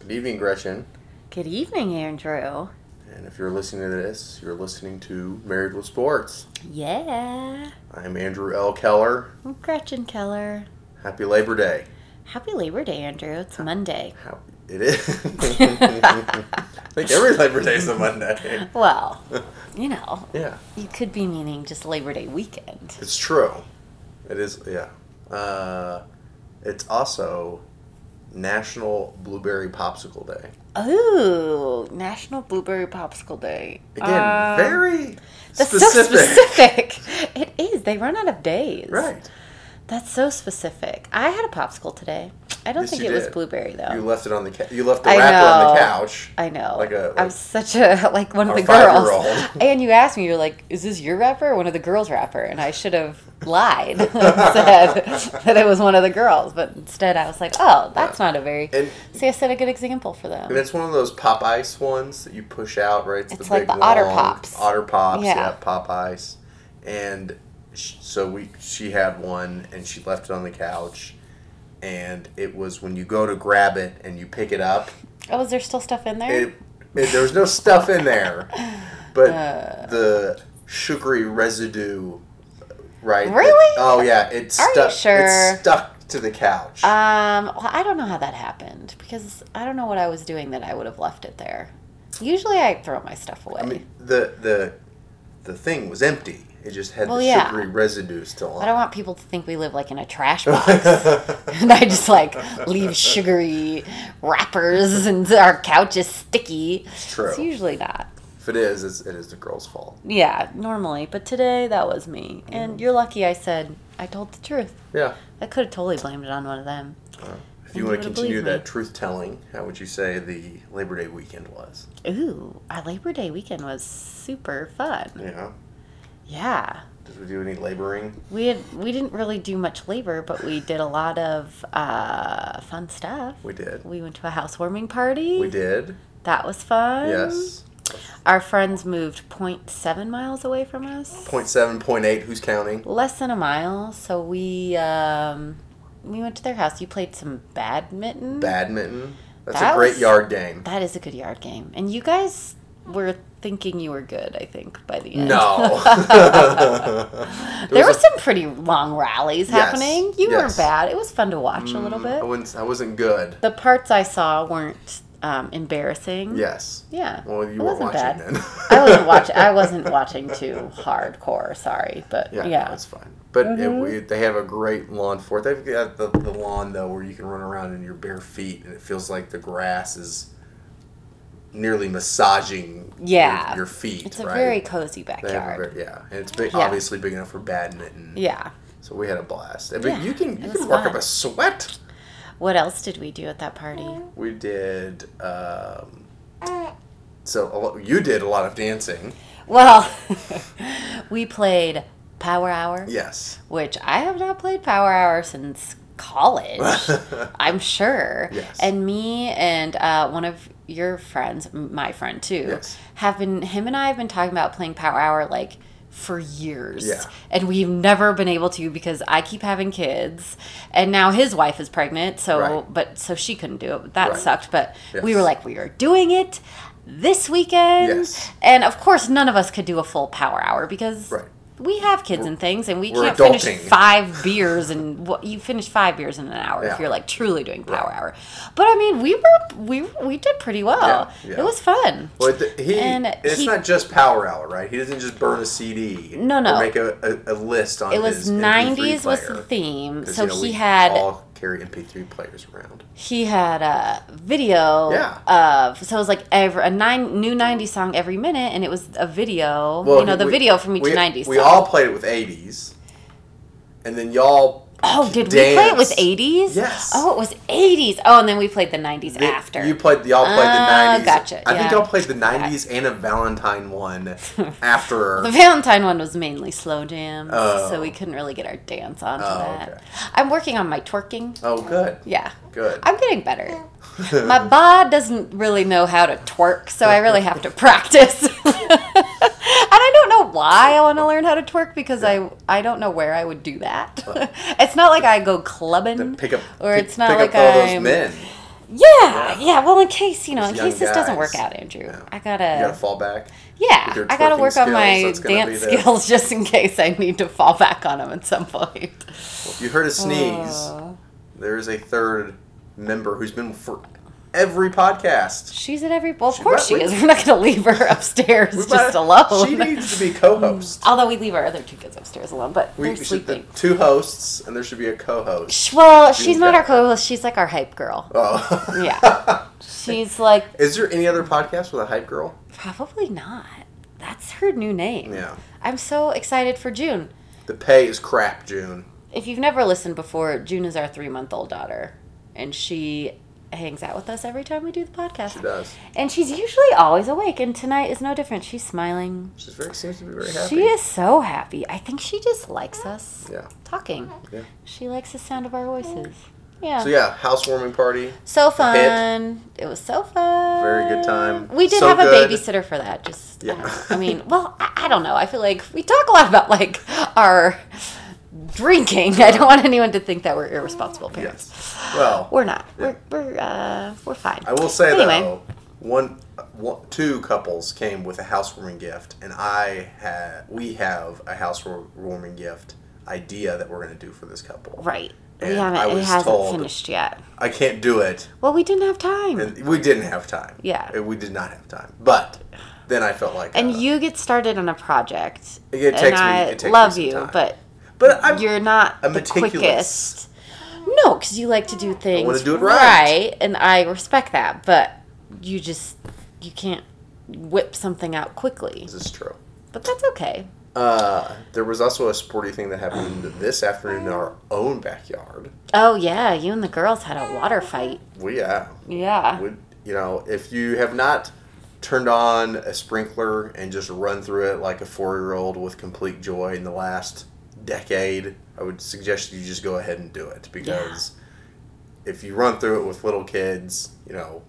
Good evening, Gretchen. Good evening, Andrew. And if you're listening to this, you're listening to Married with Sports. Yeah. I'm Andrew L. Keller. I'm Gretchen Keller. Happy Labor Day. Happy Labor Day, Andrew. It's Monday. How it is. I think every Labor Day is a Monday. Well, you know, Yeah, you could be meaning just Labor Day weekend. it's true. It is. Yeah. Uh, it's also National Blueberry Popsicle Day. Oh, National Blueberry Popsicle Day. Again, Um, very That's specific. so specific. It is. They run out of days. Right. That's so specific. I had a popsicle today. I don't Yes, think you it was did. blueberry though. You left it on the ca- you left the I wrapper on the know. couch. I know. Like a- I'm like- such a like one of a the girls. five-year-old. And you asked me, you're like, "Is this your rapper or one of the girls' rapper?" And I should have lied and said that it was one of the girls, but instead I was like, "Oh, that's not a very." And See, I set a good example for them. And it's one of those pop ice ones that you push out, right? It's like the Otter Pops. Otter Pops, yeah, Yeah. pop ice. And sh so we, she had one, and she left it on the couch. And it was when you go to grab it and you pick it up. Oh, is there still stuff in there? It, it there was no stuff in there, but Uh. the sugary residue, right? that- Really? oh yeah, it's Are you stuck. sure? It's stuck to the couch. um, well, I don't know how that happened because I don't know what I was doing that I would have left it there. Usually, I throw my stuff away. I mean, the the the thing was empty. It just had Well, the yeah. sugary residue still on. I it. don't want people to think we live like in a trash box. and I just like leave sugary wrappers and our couch is sticky. true. It's usually not. if it is, it's, it is the girl's fault. Yeah, normally, but today that was me. Mm. And you're lucky I said I told the truth. Yeah. I could have totally blamed it on one of them. Uh, If you want And you to would've continue believed me. that truth telling, how would you say the Labor Day weekend was? Ooh, our Labor Day weekend was super fun. Yeah. Yeah. Did we do any laboring? We had we didn't really do much labor, but we did a lot of uh, fun stuff. We did. We went to a housewarming party. We did. That was fun. Yes. Our friends moved 0.7 miles away from us. Point seven, point eight. Who's counting? Less than a mile, so we um, we went to their house. You played some badminton. Badminton. That's That a great was- yard game. that is a good yard game, and you guys were thinking you were good. I think by the end. No. there were was a- some pretty long rallies happening. You yes. Mm, were bad. It was fun to watch a little I bit. wasn't. I wasn't good. The parts I saw weren't um, embarrassing. Yes. Yeah. Well, you It weren't wasn't watching bad. then. I wasn't watching. I wasn't watching too hardcore. Sorry, but Yeah, yeah, Mm-hmm. no, it's fine. But it- we, they have a great lawn for it. They've got the, the lawn though where you can run around in your bare feet, and it feels like the grass is nearly massaging your- Yeah. your, feet. it's a right? very cozy They have a backyard. very- yeah, and it's big, Yeah. obviously big enough for badminton. Yeah. So we had a blast. But Yeah, you can it you was can work up fun. a sweat. What else did we do at that party? We did. Um, so a lo- you did a lot of dancing. Well, we played Power Hour, Yes. which I have not played Power Hour since college. I'm sure. Yes. And me and uh, one of your friends, m- my friend too, Yes. have been, him and I have been talking about playing Power Hour like for years. Yeah. And we've never been able to because I keep having kids. And now his wife is pregnant. So, Right. but so she couldn't do it. That Right. sucked. But we Yes. were like, we are doing it this weekend. Yes. And of course, none of us could do a full Power Hour because. Right. We have kids and things, and we we're can't adulting. finish five beers, and what you finish five beers in an hour Yeah. if you're like truly doing power Right. hour. But I mean, we were we we did pretty well. Yeah, yeah. It was fun. Well, th- he, And it's he- not just Power Hour, right? He doesn't just burn a CD. No, no. Or make a, a, a list on It was his '90s MP3 was player. the theme, 'Cause, so you know, he we had all carry MP3 players around. he had a video Yeah. of so it was like every a nine new '90s song every minute, and it was a video. you know the we- video from each we, '90s. We song. all played it with '80s, and then y'all. Oh, did we play it with danced. 80s? Yes. Oh, it was 80s. Oh, and then we played the 90s The- after. you played y'all played Oh, the '90s. gotcha, I think yeah. y'all played the '90s and a Valentine one after. The Valentine one was mainly slow jams, Oh. so we couldn't really get our dance onto Oh, that. okay. I'm working on my twerking. oh, good, Yeah. good. I'm getting better. my bod doesn't really know how to twerk, so I really have to practice. and I don't know why I want to learn how to twerk because I I don't know where I would do that. it's not like I go clubbing Pick up or pick, it's not pick like up all those I'm men. Yeah, yeah, Well, in case you know, Those in young case this doesn't guys. work out, Andrew, Yeah. I gotta, You gotta fall back. with yeah, your I gotta twerking work on my skills, that's gonna be dance the- skills just in case I need to fall back on them at some point. Well, if you heard a sneeze, Oh. there is a third member who's been for every podcast. she's at every. Well, of She- course she we- is. We're not gonna leave her upstairs We just might- alone. She needs to be co-host. Although we leave our other two kids upstairs alone, but We they're we should the sleeping. two hosts, and there should be a co-host. Sh well, she's not got- our co-host. She's like our hype girl. Oh, Yeah. She's like Is there any other podcast with a hype girl? probably not. That's her new name. Yeah. I'm so excited for June. The pay is crap, June. If you've never listened before, June is our three-month-old daughter, and she hangs out with us every time we do the podcast. She does. And she's usually always awake, and tonight is no different. She's smiling. She very seems to be very happy. She is so happy. I think she just likes us Yeah. talking. Yeah. She likes the sound of our voices. Yeah. So yeah, housewarming party. So A hit. fun. It was so fun. Very good time. We did So have good. a babysitter for that. Just, Yeah. I, don't- I mean, well, I, I don't know. I feel like we talk a lot about like our drinking. I don't want anyone to think that we're irresponsible parents. Yes. Well, We're not. We're we're uh, we're fine. I will say Anyway. though, one, one, two couples came with a housewarming gift, and I had we have a housewarming gift idea that we're gonna do for this couple. Right. We And I haven't. It was hasn't told- finished yet. I can't do it, Well, we didn't have time. and we didn't have time. Yeah. we did not have time. But then I felt like and uh, you get started on a project. It takes and me- I it takes me love some you, time. but but I'm, you're not I'm the meticulous. quickest. No, because you like to do things wanna do it right. and I respect that. But you just you can't whip something out quickly. This is true. But that's okay. Uh, there was also a sporty thing that happened this afternoon in our own backyard. Oh yeah, you and the girls had a water fight. We uh, Yeah, would you know if you have not turned on a sprinkler and just run through it like a four-year-old with complete joy in the last decade, I would suggest you just go ahead and do it because if you run through it with little kids, you know,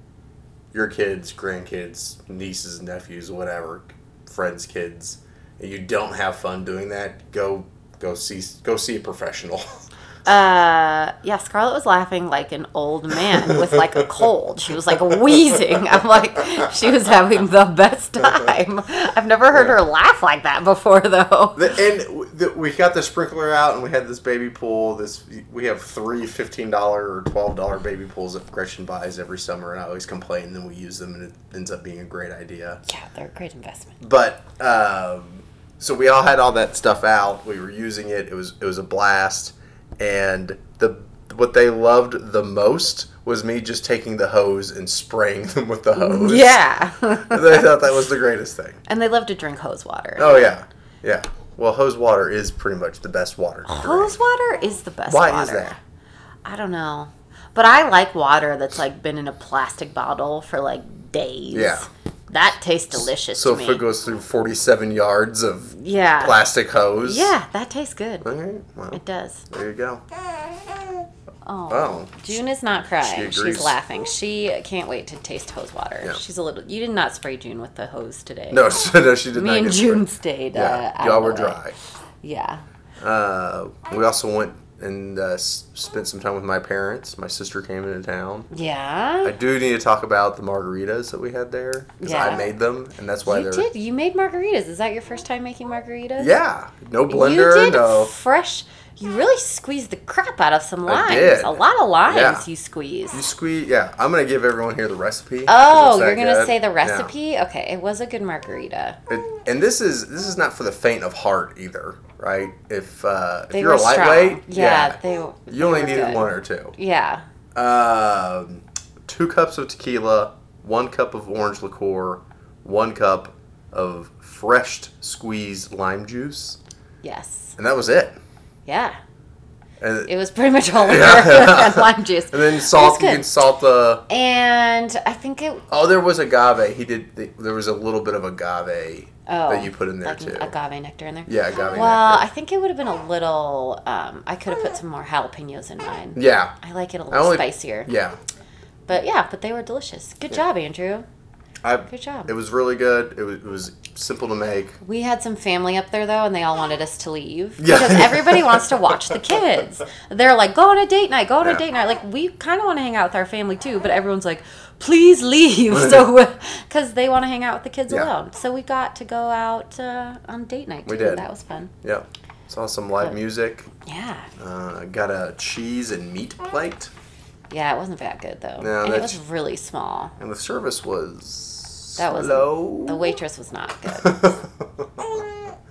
your kids, grandkids, nieces, nephews, whatever, friends, kids, and you don't have fun doing that, go go see go see a professional. uh, yeah. Scarlett was laughing like an old man with like a cold. She was like wheezing. I'm like, she was having the best time. I've never heard her laugh like that before, though. The, and w- the, we got the sprinkler out, and we had this baby pool. This we have three fifteen dollar or twelve dollar baby pools that Gretchen buys every summer, and I always complain. And then we use them, and it ends up being a great idea. Yeah, they're a great investment. But um, so we all had all that stuff out. We were using it. It was it was a blast, and the what they loved the most was me just taking the hose and spraying them with the hose. Yeah, they thought that was the greatest thing. and they love to drink hose water. Oh yeah, yeah. Well, hose water is pretty much the best water. to drink. Hose water is the best Why water. is that? I don't know. But I like water that's like been in a plastic bottle for like days. Yeah. That tastes delicious So to if me. it goes through 47 yards of yeah. plastic hose. Uh, Yeah, that tastes good. Okay, well, It does. there you go. Oh. Oh, June is not crying. She agrees. She's laughing. She can't wait to taste hose water. Yeah. She's a little You did not spray June with the hose today. no, so, no, she did not. Me and get June sprayed. stayed. Yeah, uh, out y'all of were the way. dry. Yeah. Uh, we also went and uh, s- spent some time with my parents. My sister came into town. Yeah. I do need to talk about the margaritas that we had there because I Yeah. made them, and that's why you they're did. You made margaritas. Is that your first time making margaritas? yeah, no you blender, did no. fresh. You really squeezed the crap out of some limes. did. A lot of limes Yeah. you squeezed. You squeeze, yeah. I'm gonna give everyone here the recipe. 'cause oh, it's that you're gonna good. say the Yeah. recipe? Okay, it was a good margarita. It, and this is this is not for the faint of heart either, right? If uh, if They you're were a lightweight, strong. Yeah, they. You you only needed one or two. Yeah, Um, two cups of tequila, one cup of orange liqueur, one cup of fresh squeezed lime juice, yes, and that was it. yeah. And, It was pretty much all liquor and lime juice. and then It was salt. You good. can salt the. And I think it. Oh, there was agave. He did. The, there was a little bit of agave Oh, that you put in there like too. agave nectar in there. Yeah, agave Well, nectar. I think it would have been a little. Um, I could have put some more jalapenos in mine. yeah, I like it a I little only- spicier. yeah. But yeah, but they were delicious. Good job, Andrew. I, Good job. It was really good. It was, it was simple to make. We had some family up there though, and they all wanted us to leave Yeah. because everybody wants to watch the kids. They're like, "Go on a date night, go on Yeah. a date night." Like we kind of want to hang out with our family too, but everyone's like, "Please leave," so because they want to hang out with the kids Yeah. alone. So we got to go out uh, on date night. Too. We did. That was fun. Yeah. Saw some live music. Yeah, Uh, got a cheese and meat plate. yeah. It wasn't that good though, No, and it that's- was really small. And the service was That was slow. The waitress was not good.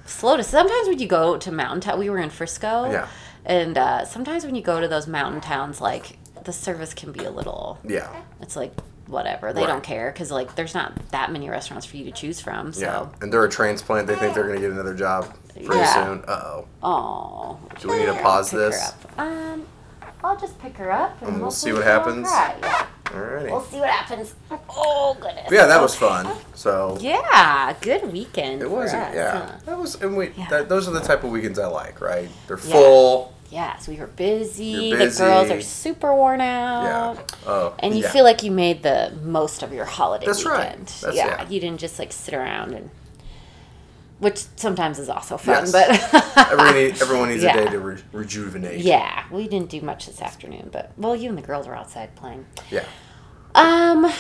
slow to sometimes when you go to mountain town we were in frisco Yeah. and uh, sometimes when you go to those mountain towns like the service can be a little yeah. it's like whatever they Right. don't care because like there's not that many restaurants for you to choose from Yeah. so And they're a transplant. They think they're going to get another job pretty Yeah. soon. Uh oh. oh Do we need to pause pick her this? up. um i'll just pick her up and, And we'll see hopefully what she'll happens. cry. Yeah, we'll Alrighty. see what happens oh goodness Yeah, that was fun. So. yeah good weekend It for was, us, yeah. huh? That was, and we, Yeah. that, those are the type of weekends I like, right? They're full. Yes, we were busy. You're The girls busy. are super worn Yeah. out. Oh, Uh, And you yeah. feel like you made the most of your holiday That's right. weekend. That's- yeah, yeah. you didn't just like sit around and which sometimes is also fun, Yes. but Everyone need- everyone needs Yeah. a day to re- rejuvenate. yeah, we didn't do much this afternoon, but well, you and the girls were outside playing. Yeah. Um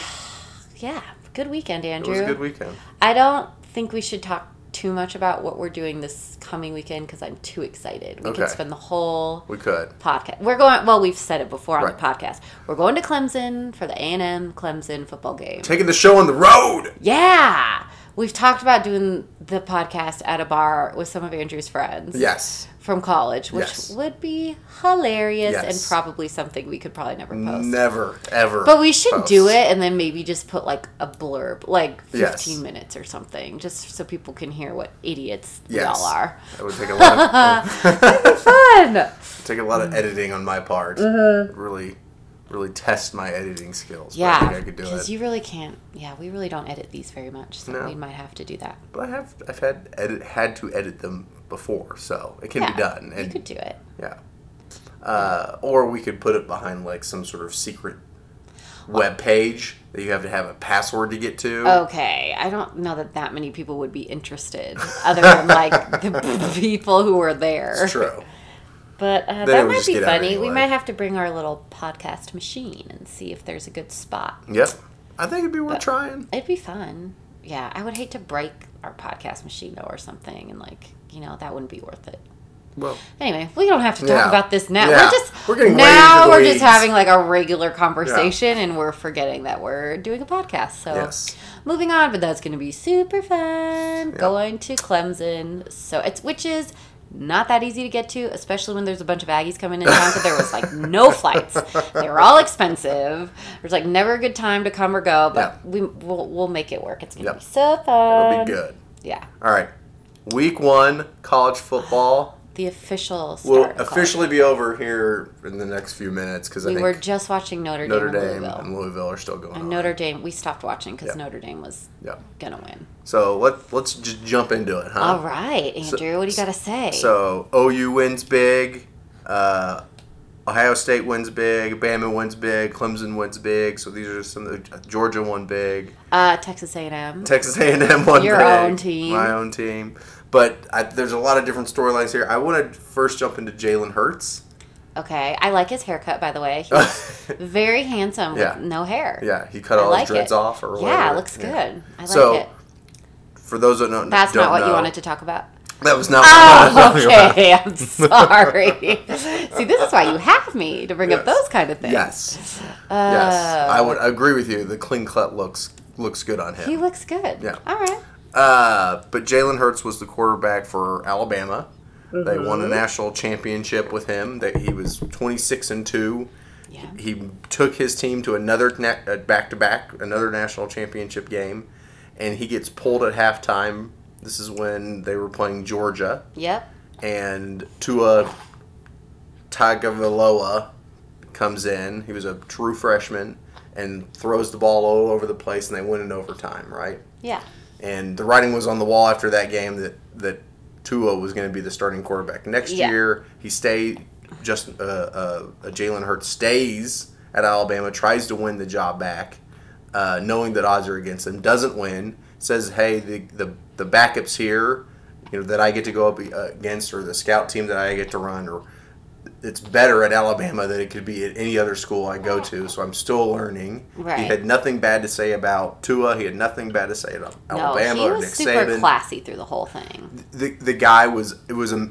yeah, good weekend, It Andrew. was a good weekend. I don't think we should talk too much about what we're doing this coming weekend cuz I'm too excited. We Okay. could spend the whole We could. podcast. We're going. Well, we've said it before on Right. the podcast. We're going to Clemson for the A and M Clemson football game. Taking the show on the road. Yeah, we've talked about doing the podcast at a bar with some of Andrew's friends. Yes. From college, which Yes. would be hilarious and Yes. probably something we could probably never post. Never, ever. But we should post. do it and then maybe just put like a blurb, like 15 Yes. minutes or something, just so people can hear what idiots we Yes. all are. That would take a lot. Of, Fun! take a lot of editing on my part. Really, really test my editing skills. but I think Mm-hmm. Yeah, I could do because it. you really can't. Yeah, we really don't edit these very much, so No. we might have to do that. but I have, I've had edit, had to edit them before, so it can yeah, be done. you could do it. Yeah. Uh, or we could put it behind like some sort of secret web page that you have to have a password to get to. Oh, Okay, I don't know that that many people would be interested, other than like the people who were there. It's true. But uh, They that would might just be get out funny. We anyway. might have to bring our little podcast machine and see if there's a good spot. Yep. I think it'd be worth trying. It'd be fun. Yeah, I would hate to break our podcast machine though, or something, and like you know that wouldn't be worth it. Well, Anyway, we don't have to talk Yeah. about this now. Yeah. We're just We're getting way now into the we're weeds. just having like a regular conversation and we're forgetting that we're doing a podcast. So yes. moving on, but that's gonna be super fun. Going to Clemson. So it's which is not that easy to get to, especially when there's a bunch of Aggies coming in town because there was like no flights. They were all expensive. There's like never a good time to come or go, but Yeah. we we'll, we'll make it work. It's gonna Yep. be so fun. It'll be good. Yeah, All right. Week one, college football the official start will of college. officially be over here in the next few minutes because I We think were just watching Notre Dame. Notre and Dame Louisville. and Louisville are still going And on. Notre Dame, we stopped watching because Yeah. Notre Dame was yeah. gonna win. So let, let's just jump into it, huh? All right, Andrew, what do you gotta say? Uh, So OU wins big, uh, Ohio State wins big, Bama wins big, Clemson wins big. So these are some. of the- Georgia won big, uh, Texas A&M. Texas A&M won Your big. own team. My own team. But I, there's a lot of different storylines here. I want to first jump into Jalen Hurts. Okay, I like his haircut by the way. He's very handsome Yeah. with no hair. yeah, he cut I all like his dreads it. off or whatever. Yeah, it looks good. Yeah. I like So, it. For those that don't, That's don't not what know, you wanted to talk about. That was not. Oh, what I was talking about. okay. I'm sorry. See, this is why you have me to bring up Yes. those kind of things. Yes, Oh, yes, I would agree with you. The clean cut looks looks good on him. He looks good. Yeah. All right. Uh, but Jalen Hurts was the quarterback for Alabama. They won a Mm-hmm. national championship with him. That he was twenty six and two. Yeah. He took his team to another back to back, another national championship game, and he gets pulled at halftime. This is when they were playing Georgia, Yep. and Tua Tagovailoa comes in. He was a true freshman and throws the ball all over the place, and they win in overtime. Right Yeah. and the writing was on the wall after that game that that Tua was going to be the starting quarterback next Yeah. year. He stayed. Just uh, uh, Jalen Hurts stays at Alabama, tries to win the job back, uh, knowing that odds are against them, doesn't win, says, hey, the, the, the backup's here, you know, that I get to go up against, or the scout team that I get to run, or it's better at Alabama than it could be at any other school I go to, so I'm still learning. He Right. had nothing bad to say about Tua. He had nothing bad to say about No, Alabama he or was Nick super Saban classy through the whole thing. the the guy was it was a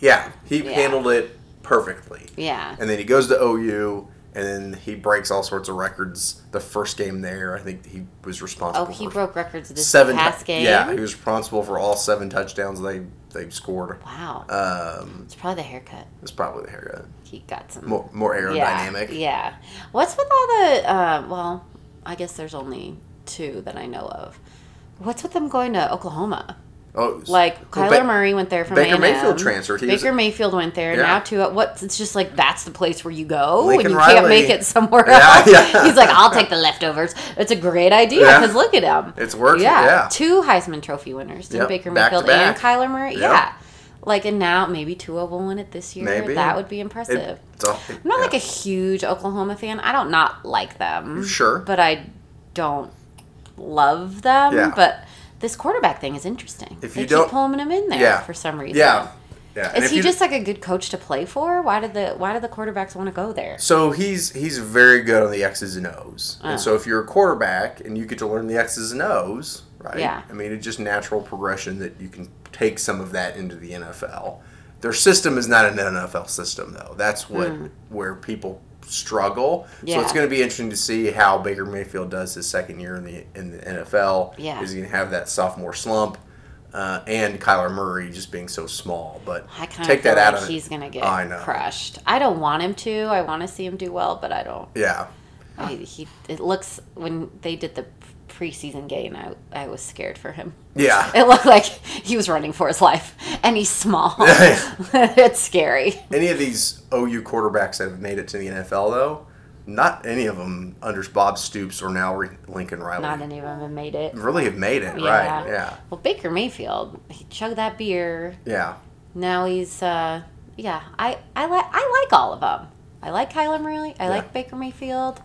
yeah he Yeah. handled it perfectly Yeah. and then he goes to OU and then he breaks all sorts of records the first game there I think he was Oh, responsible he for broke records this seven past game. yeah he was responsible for all seven touchdowns they they scored Wow. um it's probably the haircut. it's probably the haircut He got some more, more aerodynamic Yeah, yeah. What's with all the? Uh, well, I guess there's only two that I know of. What's with them going to Oklahoma? oh it was- Like well, Kyler Ba- Murray went there from Baker A&M. Mayfield transferred. He was- Baker Mayfield went there. Yeah. Now to what's it's just like that's the place where you go Lincoln and you Riley. can't make it somewhere Yeah, else. yeah. He's like, I'll take the leftovers. It's a great idea Yeah. because look at him. It's working, yeah. two Heisman Trophy winners, Tim Yep, Baker back to Mayfield and back. Kyler Murray. Yep. Yeah, like and now maybe Tua will win it this year. Maybe. that would be it- impressive. it's all- I'm not yeah. like a huge Oklahoma fan. I don't not like them. Sure. But I don't love them. Yeah. But this quarterback thing is interesting. If They you keep don't- pulling him in there Yeah. for some reason. yeah yeah And Is if he you- just like a good coach to play for? Why did the why do the quarterbacks want to go there? So he's he's very good on the X's and O's. Oh. And so if you're a quarterback and you get to learn the X's and O's, right? Yeah. I mean, it's just natural progression that you can take some of that into the NFL. Their system is not an NFL system though. That's what where people struggle. So it's Hmm. Yeah. going to be interesting to see how Baker Mayfield does his second year in the in the NFL. Yeah. Is he going to have that sophomore slump? Uh, and Kyler Murray just being so small, but I kind take of feel that out like of it. he's gonna get I know. crushed. I don't want him to. I want to see him do well, but I don't. Yeah, Ah. I, he it looks when they did the preseason game, I I was scared for him. yeah. It looked like he was running for his life, and he's small. it's scary. any of these OU quarterbacks that have made it to the NFL, though, not any of them under Bob Stoops or now Re- Lincoln Riley Not any of them have made it. really have made it, right? Yeah, Well, Baker Mayfield, he chugged that beer. yeah. Now he's, uh, yeah. I I like I like all of them. I like Kyler Murray. I like Baker Mayfield.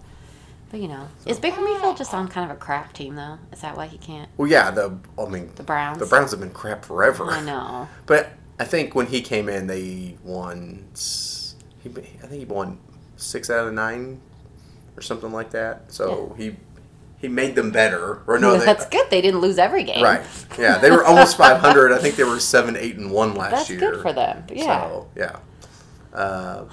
But you know, is Baker Mayfield just on kind of a crap team though? Is that why he can't? Well, yeah. The I mean, The Browns. the Browns have been crap forever. I know. But I think when he came in, they won. s- He, I think he won six out of nine, or something like that. So he he made them better. Or no, they, That's good. They didn't lose every game. right? Yeah, they were almost five hundred. I think they were seven, eight, and one last That's year. good for them. Yeah. So Oh, yeah. Uh,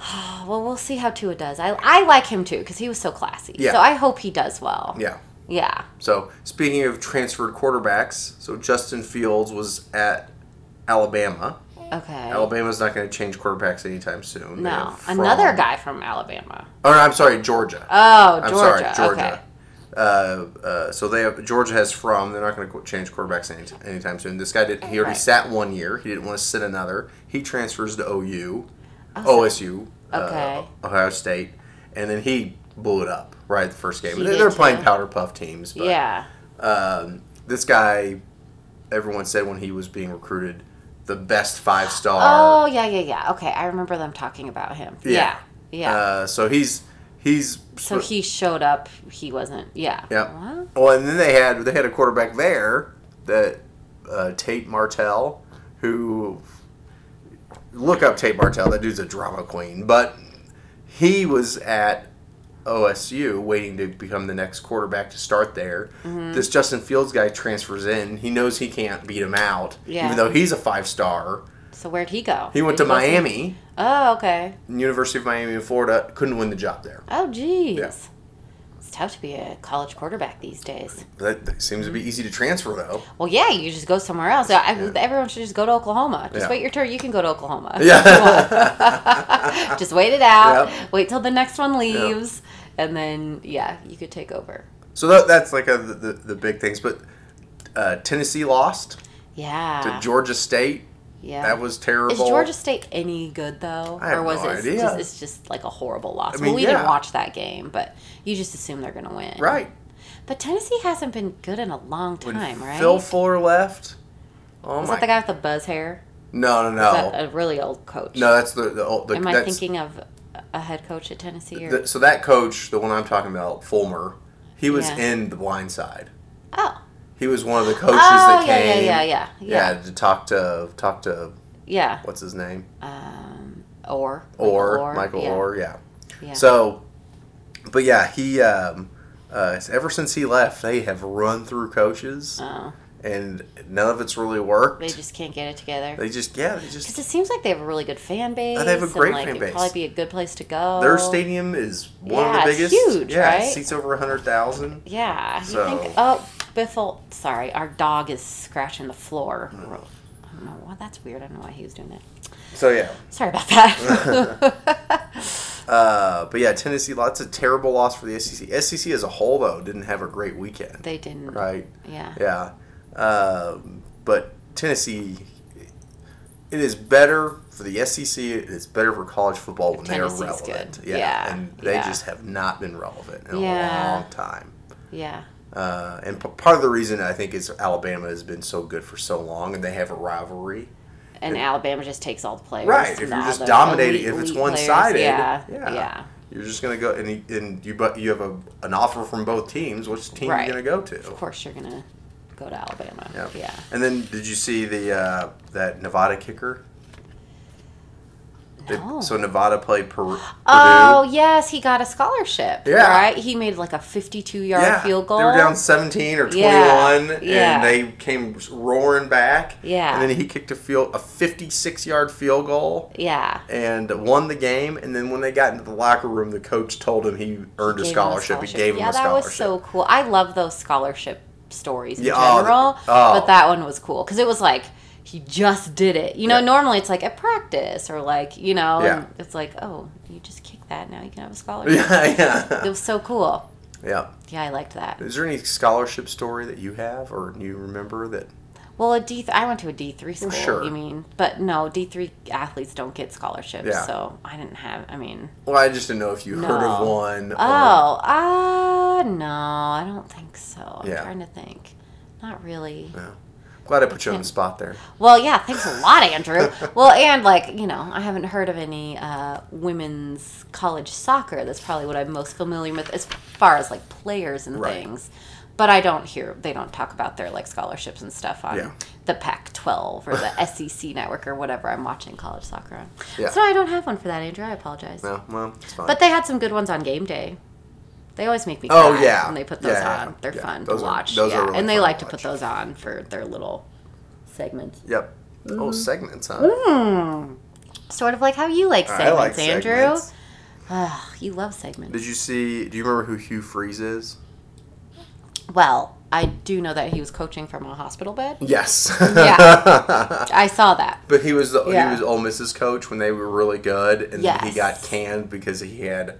Well, we'll see how Tua does. I, I like him too because he was so classy. Yeah. So I hope he does well. yeah. Yeah. So speaking of transferred quarterbacks, so Justin Fields was at Alabama. Okay. Alabama's not going to change quarterbacks anytime soon. They Oh. No, have Fromm. another guy from Alabama. Or I'm sorry, Georgia. Oh, I'm Georgia. sorry, Georgia. Okay. Uh, uh, so they have, Georgia has from. They're not going to change quarterbacks any, anytime soon. This guy did. He already Right. sat one year. He didn't want to sit another. He transfers to OU, OSU, Oh, Okay. uh, Ohio State, and then he blew it up right the first game. He They- did They're playing too. powder puff teams, but yeah. um, this guy, everyone said when he was being recruited, the best five star. Oh, yeah, yeah, yeah. Okay, I remember them talking about him. uh, Yeah. Yeah. Yeah. Uh, so he's he's so he showed up. He wasn't. Yeah. Yep. What? Well, and then they had they had a quarterback there that uh, Tate Martell, who look up Tate Martell. That dude's a drama queen, but he was at OSU waiting to become the next quarterback to start there. This Justin Fields guy transfers in. He knows he can't beat him out, Yeah. even though he's a five star. So where'd he go? He went Did to go some- Miami, Oh, okay. University of Miami in Florida. Couldn't win the job there. Oh, geez. Yeah. It's tough to be a college quarterback these days. That, that seems to be easy to transfer though. Well, yeah, you just go somewhere else. I, Everyone should just go to Oklahoma. Just Yeah. wait your turn. You can go to Oklahoma. Yeah. just wait it out. Yep. Wait till the next one leaves, and then yeah, you could take over. So that, that's like a, the, the the big things. But uh, Tennessee lost Yeah. to Georgia State. yeah. That was terrible. Is Georgia State any good though, I have or was no it idea. just it's just like a horrible loss? I mean, well, we yeah. didn't watch that game, but you just assume they're going to win, right? But Tennessee hasn't been good in a long When time, right? Phil Fuller left. Oh was my! that the guy with the buzz hair? No, no, Is no, that a really old coach? Oh. no. That's the the, old- the Am I that's, thinking of a head coach at Tennessee? Or the- so that coach, the one I'm talking about, Fulmer. He was Yeah. in The Blind Side. Oh. He was one of the coaches Oh, that yeah, yeah, came. yeah, yeah, yeah. to talk to talk to Yeah. what's his name Um, or. or Michael yeah, Orr. Yeah. Yeah. So, but yeah, he um, uh, ever since he left, they have run through coaches, Oh, and none of it's really worked. they just can't get it together. They just yeah, they Because just it seems like they have a really good fan base. have a great and, like, fan It'd base. probably be a good place to go. their stadium is one Yeah, of the it's biggest. huge, yeah, it right? seats over hundred thousand. Yeah. So- You think? Oh, Biffle. Sorry, our dog is scratching the floor. Hmm. I don't know why. That's weird. I don't know why he was doing that. So yeah, Sorry about that. uh, but yeah, Tennessee. Lots of terrible loss for the E SEC. SEC as a whole though didn't have a great weekend, they didn't. right? Yeah. Yeah. Um, but Tennessee, it is better for the E SEC. It's better for college football when they're Tennessee's relevant. good. Yeah, And they yeah. just have not been relevant in a Yeah. long time. Yeah. Uh, and p- part of the reason I think is Alabama has been so good for so long, and they have a rivalry. And Alabama just takes all the players. Right. If and you're all just those dominating, elite- if it's elite one players. sided, Yeah. yeah, Yeah. you're just gonna go and you, and you but you have a, an offer from both teams. Which team are Right. you gonna go to? Of course, you're gonna go to Alabama. Yeah. Yeah. And then did you see the uh, that Nevada kicker? They- No. so Nevada played Peru. Oh yes, he got a scholarship. Yeah. Right. He made like a 52 yard field goal. They were down 17 or 21, Yeah, yeah. and they came roaring back. Yeah. And then he kicked a field a 56 yard field goal Yeah. and won the game. And then when they got into the locker room, the coach told him he earned a, Gave him scholarship. He gave him yeah, a scholarship. that was so cool. I love those scholarship stories in Yeah, oh, general, oh. but that one was cool because it was like he just did it. You know, Yeah. normally it's like at practice or like you know, Yeah. and it's like oh, you just kick that now you can have a scholarship. Yeah, It yeah, was so cool. yeah. Yeah, I liked that. Is there any scholarship story that you have or you remember that? Well, a D. Th- I went to a D three school. sure. You mean, but no, D three athletes don't get scholarships. Yeah. So I didn't have. I mean, Well, I just didn't know if you heard of No. one. or- oh, uh, no, I don't think so. I'm Yeah. trying to think. Not really. No. Glad I put you on the spot there. Well, yeah, thanks a lot, Andrew. well, and like you know, I haven't heard of any uh, women's college soccer. That's probably what I'm most familiar with as far as like players and Right. things. But I don't hear they don't talk about their like scholarships and stuff on Yeah. the Pac-12 or the SEC network or whatever I'm watching college soccer on. Yeah. So I don't have one for that, Andrew. I apologize. No, well, it's fine. But they had some good ones on game day. They always make me cry Oh, yeah. when they put those Yeah, on. They're yeah. fun Those to are- watch. those are yeah. really and they fun to like to put watch. those on for their little segments. yep. Mm-hmm. Oh, segments, huh? Hmm. Sort of like how you like segments, I like Andrew. segments. Ugh, you love segments. Did you see? Do you remember who Hugh Freeze is? well, I do know that he was coaching from a hospital bed. Yes. Uh. Yeah. I saw that. but he was the, Yeah. he was Ole Miss's coach when they were really good, and then he Yes. got canned because he had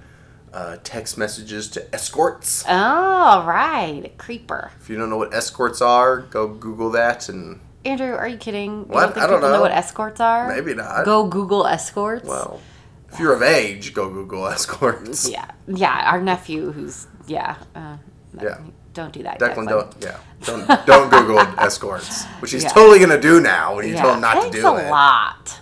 uh, text messages to escorts. Oh, right. Creeper. If you don't know what escorts are, go Google that, and Andrew, are you kidding? You What? think I don't people know. what escorts are? maybe not. Go Google escorts. well, if you're of age, go Google escorts. Yeah. Yeah. Our nephew who's, yeah. Uh, Yeah. Don't do that. Declan, don't yeah, don't don't Google escorts, which he's totally gonna do now when you tell him not to thanks do a it. lot.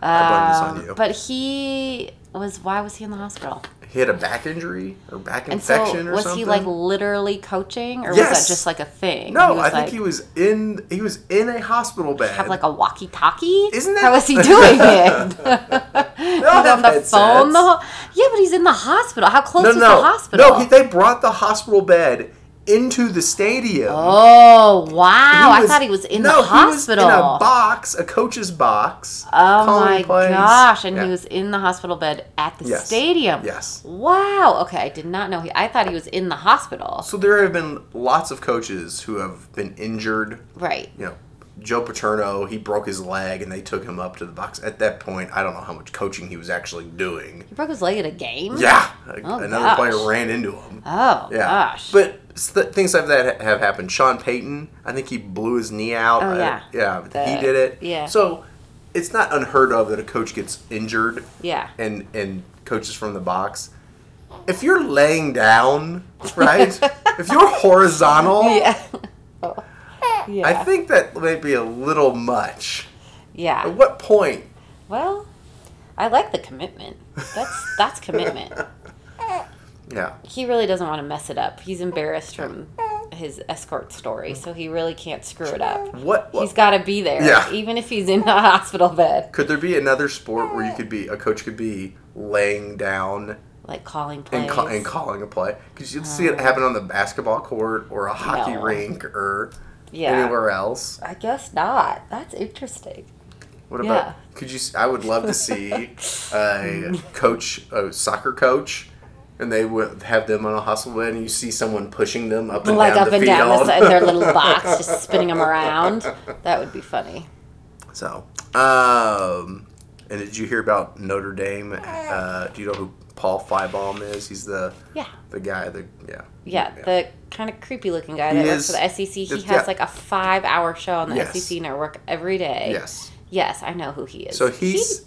I blame this on Um, you. But he was. Why was he in the hospital? He had a back injury or back And infection so or was something. he like literally coaching, or was Yes. that just like a thing? no, was, I think like, he was in he was in a hospital bed. have like a walkie-talkie. Isn't that- how was he doing it? he's on the that phone. The sense. whole, yeah, but he's in the hospital. How close no, is no, the hospital? no. He, they brought the hospital bed into the stadium. oh He wow! I was- thought he was in no, the hospital. He was in a box, a coach's box. Oh calling my plays. gosh! And Yeah. he was in the hospital bed at the Yes. stadium. Yes. Wow. Okay, I did not know he. I thought he was in the hospital. So there have been lots of coaches who have been injured. Right. You know, Joe Paterno, he broke his leg and they took him up to the box. At that point, I don't know how much coaching he was actually doing. He broke his leg at a game. Yeah, a- Oh, another gosh. player ran into him. Oh Yeah. gosh. But s- th- things like that ha- have happened. Sean Payton, I think he blew his knee out. Oh, I- yeah. yeah, he The- did it. yeah. So it's not unheard of that a coach gets injured yeah. and, and coaches from the box. If you're laying down, right? if you're horizontal, Yeah. Oh. yeah. I think that may be a little much. yeah. At what point? Well, I like the commitment. That's that's commitment. Yeah. he really doesn't want to mess it up. He's embarrassed from his escort story, so he really can't screw it up. What? what- He's got to be there, Yeah. even if he's in a hospital bed, could there be another sport Uh. where you could be a coach could be laying down like calling plays. Uh. and, ca- and calling a play? Because you'd see it happen on the basketball court or a hockey No. rink or yeah, anywhere else. I guess not. That's interesting. What Yeah. about? Could you? s- I would love to see a coach, a soccer coach, and they would have them on a hospital bed, and you see someone pushing them up and like down up the and field. down the side, their little box, just spinning them around. That would be funny. so, um, and did you hear about Notre Dame? Uh, do you know who Paul Feibaum is? He's the Yeah. the guy. The yeah. Yeah, the kind of creepy looking guy He that is- works for the SEC. He it's- has yeah. like a five hour show on the Yes. SEC network every day. Yes. Yes, I know who he is. So he's he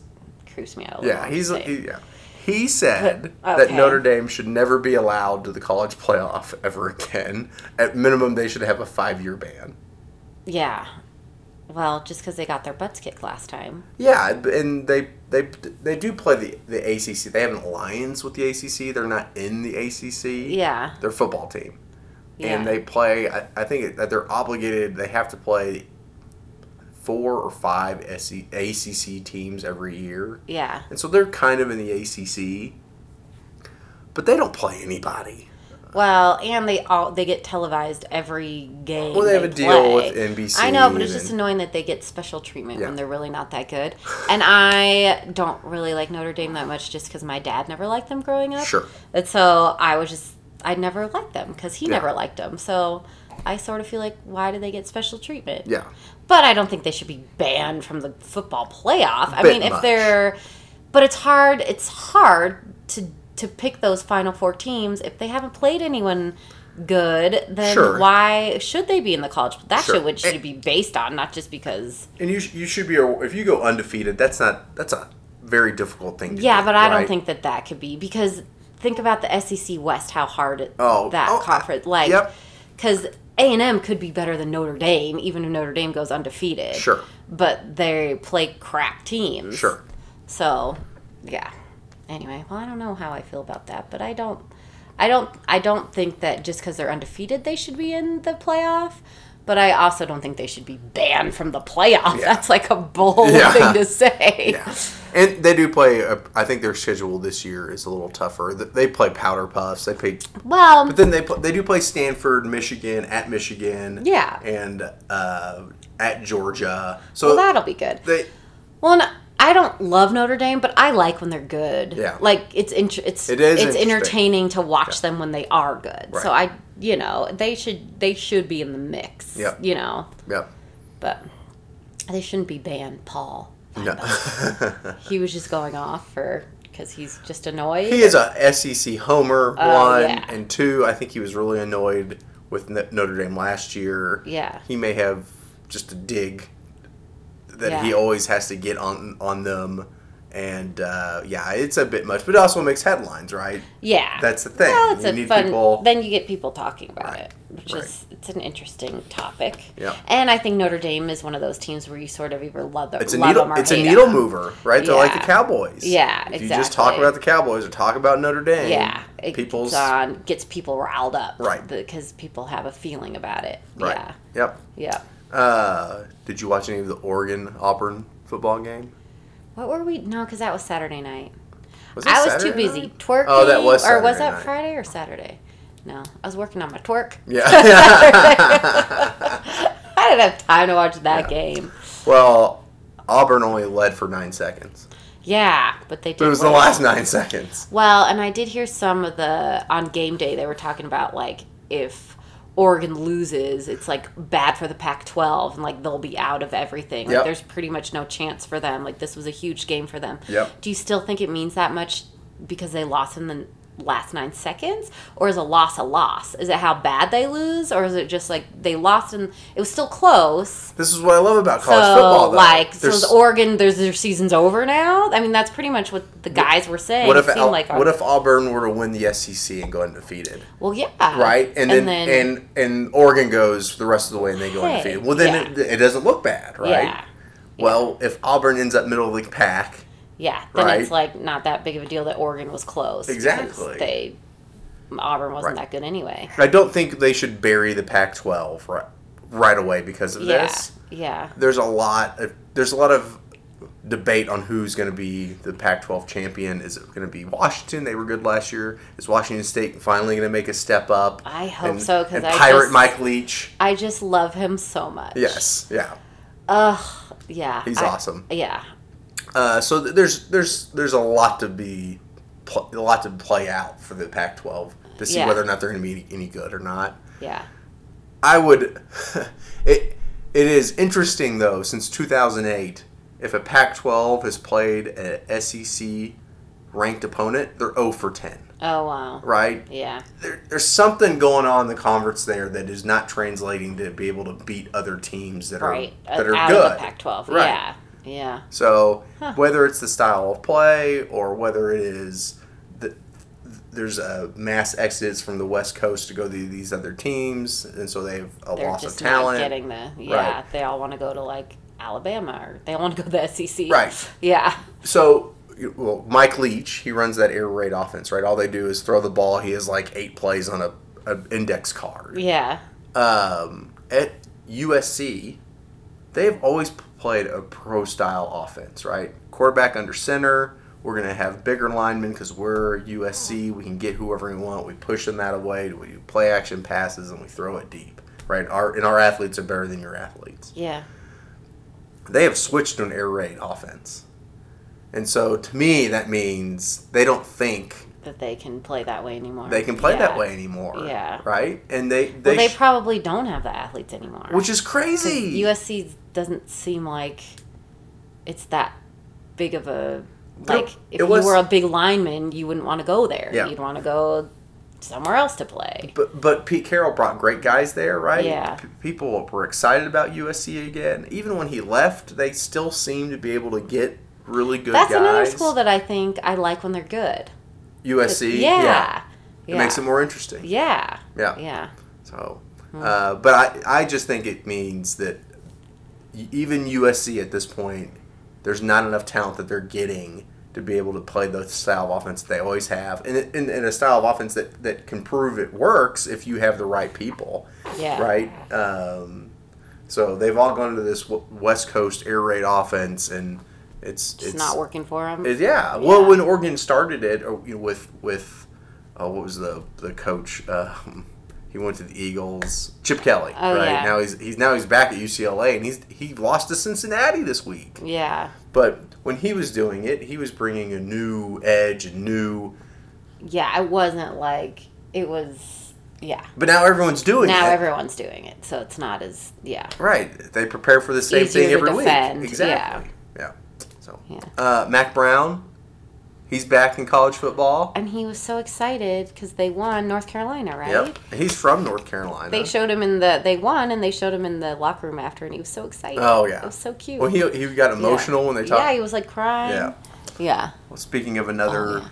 creeps me out. A yeah little, he's I'd say. he, yeah. He said that Okay. Notre Dame should never be allowed to the college playoff ever again. At minimum, they should have a five-year ban. yeah. Well, just because they got their butts kicked last time. Yeah, and they they they do play the the ACC. They have an alliance with the ACC. They're not in the ACC. Yeah. Their football team, Yeah. and they play. I, I think that they're obligated. They have to play four or five E, SC, ACC teams every year, yeah. and so they're kind of in the ACC, but they don't play anybody. Well, and they all they get televised every game. Well, they have a deal with NBC I know, but it's and- just annoying that they get special treatment Yeah. when they're really not that good. And I don't really like Notre Dame that much, just because my dad never liked them growing up. Sure. And so I was just I never liked them because he Yeah. never liked them. So I sort of feel like why do they get special treatment? Yeah, But I don't think they should be banned from the football playoff. I Bit mean, if much. they're, but it's hard. It's hard to to pick those final four teams if they haven't played anyone good. Then Sure. why should they be in the college? That's Sure. Eh. what it should be based on, not just because. and you sh- you should be aw- if you go undefeated. That's not that's a very difficult thing. to Yeah, do, but I right? don't think that that could be because think about the SEC West, how hard it, Oh, that oh, conference like yep. because A and M could be better than Notre Dame, even if Notre Dame goes undefeated. Sure. but they play crap teams. Sure. So, yeah. Anyway, well, I don't know how I feel about that, but I don't, I don't, I don't think that just because they're undefeated they should be in the playoff. But I also don't think they should be banned from the playoff. Yeah. That's like a bold Yeah. thing to say. Yeah, and they do play. uh, I think their schedule this year is a little tougher. Th- They play Powder Puffs. They play, Well, but then they pl- they do play Stanford, Michigan at Michigan. Yeah. and uh, at Georgia. So well, that'll be good. they Well, and I don't love Notre Dame, but I like when they're good. Yeah. like it's inter- it's It is it's interesting. entertaining to watch them when they are good. So Right. I, you know, they should they should be in the mix. Yep. You know, yep. but they shouldn't be banned. Paul, No. he was just going off for because he's just annoyed. he is a SEC homer. One Oh, yeah. and two. I think he was really annoyed with N- Notre Dame last year. Yeah. he may have just a dig that Yeah. he always has to get on on them. And uh, yeah, it's a bit much, but it also makes headlines, right? Yeah, That's the thing. Well, it's You a need fun. people- Then you get people talking about Right. it, which Right. is it's an interesting topic. Yeah. and I think Notre Dame is one of those teams where you sort of either love them, It's a love needle. them or It's a hate needle them. mover, right? They're like the Yeah. Cowboys. Yeah, If you just talk exactly. about the Cowboys or talk about Notre Dame, Yeah, it people's gets on gets people riled up, Right. Because people have a feeling about it. right. Yep. Yeah, yeah. Uh, did you watch any of the Oregon Auburn football game? What were we? No, because that was Saturday night. Was it I was too Saturday busy night? twerking. Oh, that was or was Saturday that night. Friday or Saturday? No, I was working on my twerk. Yeah. I didn't have time to watch that Yeah. game. well, Auburn only led for nine seconds. Yeah, but they did. But it was the win. last nine seconds. Well, and I did hear some of the on game day they were talking about like if Oregon loses, it's like bad for the Pac-12 and like they'll be out of everything. Like Yep. there's pretty much no chance for them. Like this was a huge game for them. Yep. Do you still think it means that much because they lost in the last 9 seconds or is a loss a loss? Is it how bad they lose or is it just like they lost and it was still close? This is what I love about So college football. Though. like so There's- is Oregon there's their season's over now? I mean that's pretty much what the guys were saying. what if It seemed Al- like our- what if Auburn were to win the SEC and go undefeated? Well, yeah. right? And then, and and Oregon goes the rest of the way, and they go Hey, undefeated. Well, then it, it doesn't look bad, right? Yeah. Well, if Auburn ends up middle of the pack, yeah, then Right. it's like not that big of a deal that Oregon was closed. 'cause Exactly. They Auburn wasn't Right. that good anyway. I don't think they should bury the Pac-12 right, right away because of Yeah, this. yeah, There's a lot of there's a lot of debate on who's going to be the Pac-12 champion. Is it going to be Washington? They were good last year. Is Washington State finally going to make a step up? I hope and, so, 'cause and I pirate just- Mike Leach. I just love him so much. Yes, yeah, Ugh. Yeah. he's I- awesome. Yeah. Uh, so th- there's there's there's a lot to be pl- a lot to play out for the Pac-12 to see Yeah. whether or not they're going to be any- any good or not. Yeah. I would. It it is interesting though, since 2008, if a Pac-12 has played an SEC ranked opponent, they're 0 for 10, Oh wow. right? Yeah. There, there's something going on in the conference there that is not translating to be able to beat other teams that are Right. that are Uh, Out of good. the Pac-12. Right. Yeah. Yeah. So whether it's the style of play or whether it is the, there's a mass exodus from the West Coast to go to these other teams, and so they have a They're loss of just talent. not getting the. Yeah. Right. They all want to go to like Alabama or they all want to go to the SEC. Right. Yeah. So, well, Mike Leach, he runs that air raid offense, right? All they do is throw the ball. He has like eight plays on a, a index card. Yeah. Um, at USC, they've always p- played a pro style offense, right? Quarterback under center. We're gonna have bigger linemen because we're USC. We can get whoever we want. We push them that away. We do play action passes and we throw it deep, right? Our and our athletes are better than your athletes Yeah. they have switched to an air raid offense. And so to me, that means they don't think That they can play that way anymore. they can play that Yeah. way anymore. Yeah. Right? And they, they, Well, they sh- probably don't have the athletes anymore. which is crazy. USC doesn't seem like it's that big of a No, like if it was- you were a big lineman, you wouldn't want to go there. Yeah. You'd want to go somewhere else to play. but, but Pete Carroll brought great guys there, right? Yeah. P- people were excited about USC again. Even when he left, they still seemed to be able to get really good That's guys. another school that I think I like when they're good. USC. yeah. It Yeah. makes it more interesting. yeah. Yeah. Yeah. Hmm. So, uh, but I, I just think it means that y- even USC at this point, there's not enough talent that they're getting to be able to play the style of offense that they always have, and, it- and, and a style of offense that, that can prove it works if you have the right people, Yeah. right? Um, so they've all gone to this w- West Coast air raid offense, and it's It's, not working for them. it- yeah. Well, Yeah. when Oregon started it, or, you know, with with uh, what was the the coach? Um, he went to the Eagles. Chip Kelly, Oh, right? yeah. Now he's he's now he's back at UCLA, and he's he lost to Cincinnati this week. yeah. But when he was doing it, he was bringing a new edge, a new. Yeah. It wasn't like it was. Yeah. But now everyone's doing Now it. everyone's doing it, so it's not as yeah. Right. They prepare for the same Easier thing to every defend, week. Exactly. Yeah. So, Yeah. Uh, Mac Brown, he's back in college football. And he was so excited because they won North Carolina, right? Yep. Uh-huh. He's from North Carolina. They showed him in the they won and they showed him in the locker room after and he was so excited. Oh, yeah. it was so cute. Well, he, he got Yeah. emotional when they talked. Yeah, he was like crying. Yeah. yeah, Well, speaking of another